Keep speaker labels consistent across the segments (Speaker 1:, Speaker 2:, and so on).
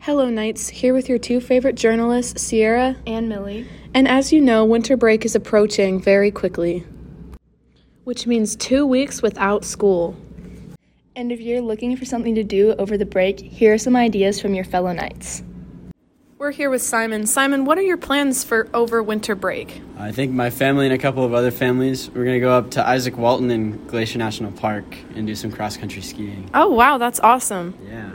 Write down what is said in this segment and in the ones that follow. Speaker 1: Hello, Knights, here with your two favorite journalists, Sierra.
Speaker 2: and Millie.
Speaker 1: And as you know, winter break is approaching very quickly, which means two weeks without school.
Speaker 2: And if you're looking for something to do over the break, here are some ideas from your fellow knights.
Speaker 1: We're here with Simon. Simon, what are your plans for over winter break?
Speaker 3: I think my family and a couple of other families, we're going to go up to Isaac Walton in Glacier National Park and do some cross country skiing.
Speaker 1: Oh, wow, that's awesome.
Speaker 3: Yeah.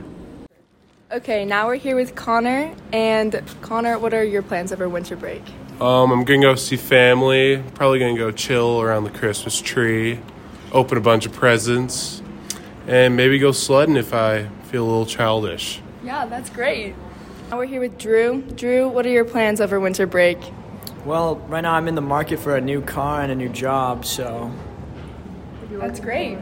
Speaker 2: Okay, now we're here with Connor. And Connor, what are your plans over winter break?
Speaker 4: Um, I'm gonna go see family. Probably gonna go chill around the Christmas tree, open a bunch of presents, and maybe go sledding if I feel a little childish.
Speaker 2: Yeah, that's great. Now we're here with Drew. Drew, what are your plans over winter break?
Speaker 5: Well, right now I'm in the market for a new car and a new job, so
Speaker 2: That's great.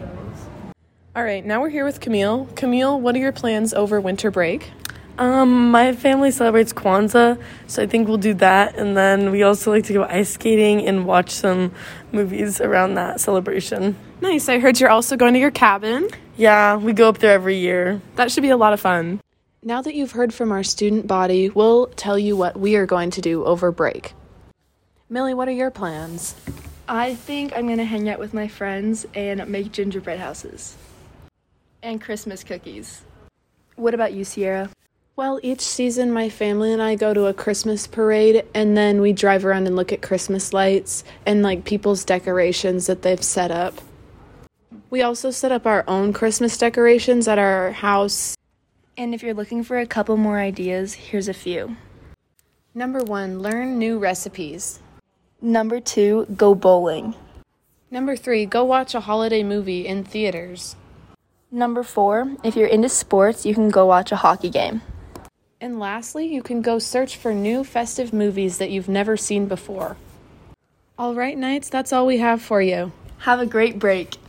Speaker 1: All right, now we're here with Camille. Camille, what are your plans over winter break?
Speaker 6: Um, my family celebrates Kwanzaa, so I think we'll do that, and then we also like to go ice skating and watch some movies around that celebration.
Speaker 1: Nice, I heard you're also going to your cabin.
Speaker 6: Yeah, we go up there every year.
Speaker 1: That should be a lot of fun. Now that you've heard from our student body, we'll tell you what we are going to do over break. Millie, what are your plans?
Speaker 2: I think I'm gonna hang out with my friends and make gingerbread houses and Christmas cookies. What about you, Sierra?
Speaker 1: Well, each season, my family and I go to a Christmas parade, and then we drive around and look at Christmas lights and like people's decorations that they've set up. We also set up our own Christmas decorations at our house.
Speaker 2: And if you're looking for a couple more ideas, here's a few.
Speaker 1: Number one, learn new recipes.
Speaker 2: Number two, go bowling.
Speaker 1: Number three, go watch a holiday movie in theaters.
Speaker 2: Number four, if you're into sports, you can go watch a hockey game.
Speaker 1: And lastly, you can go search for new festive movies that you've never seen before. All right, Knights, that's all we have for you.
Speaker 2: Have a great break.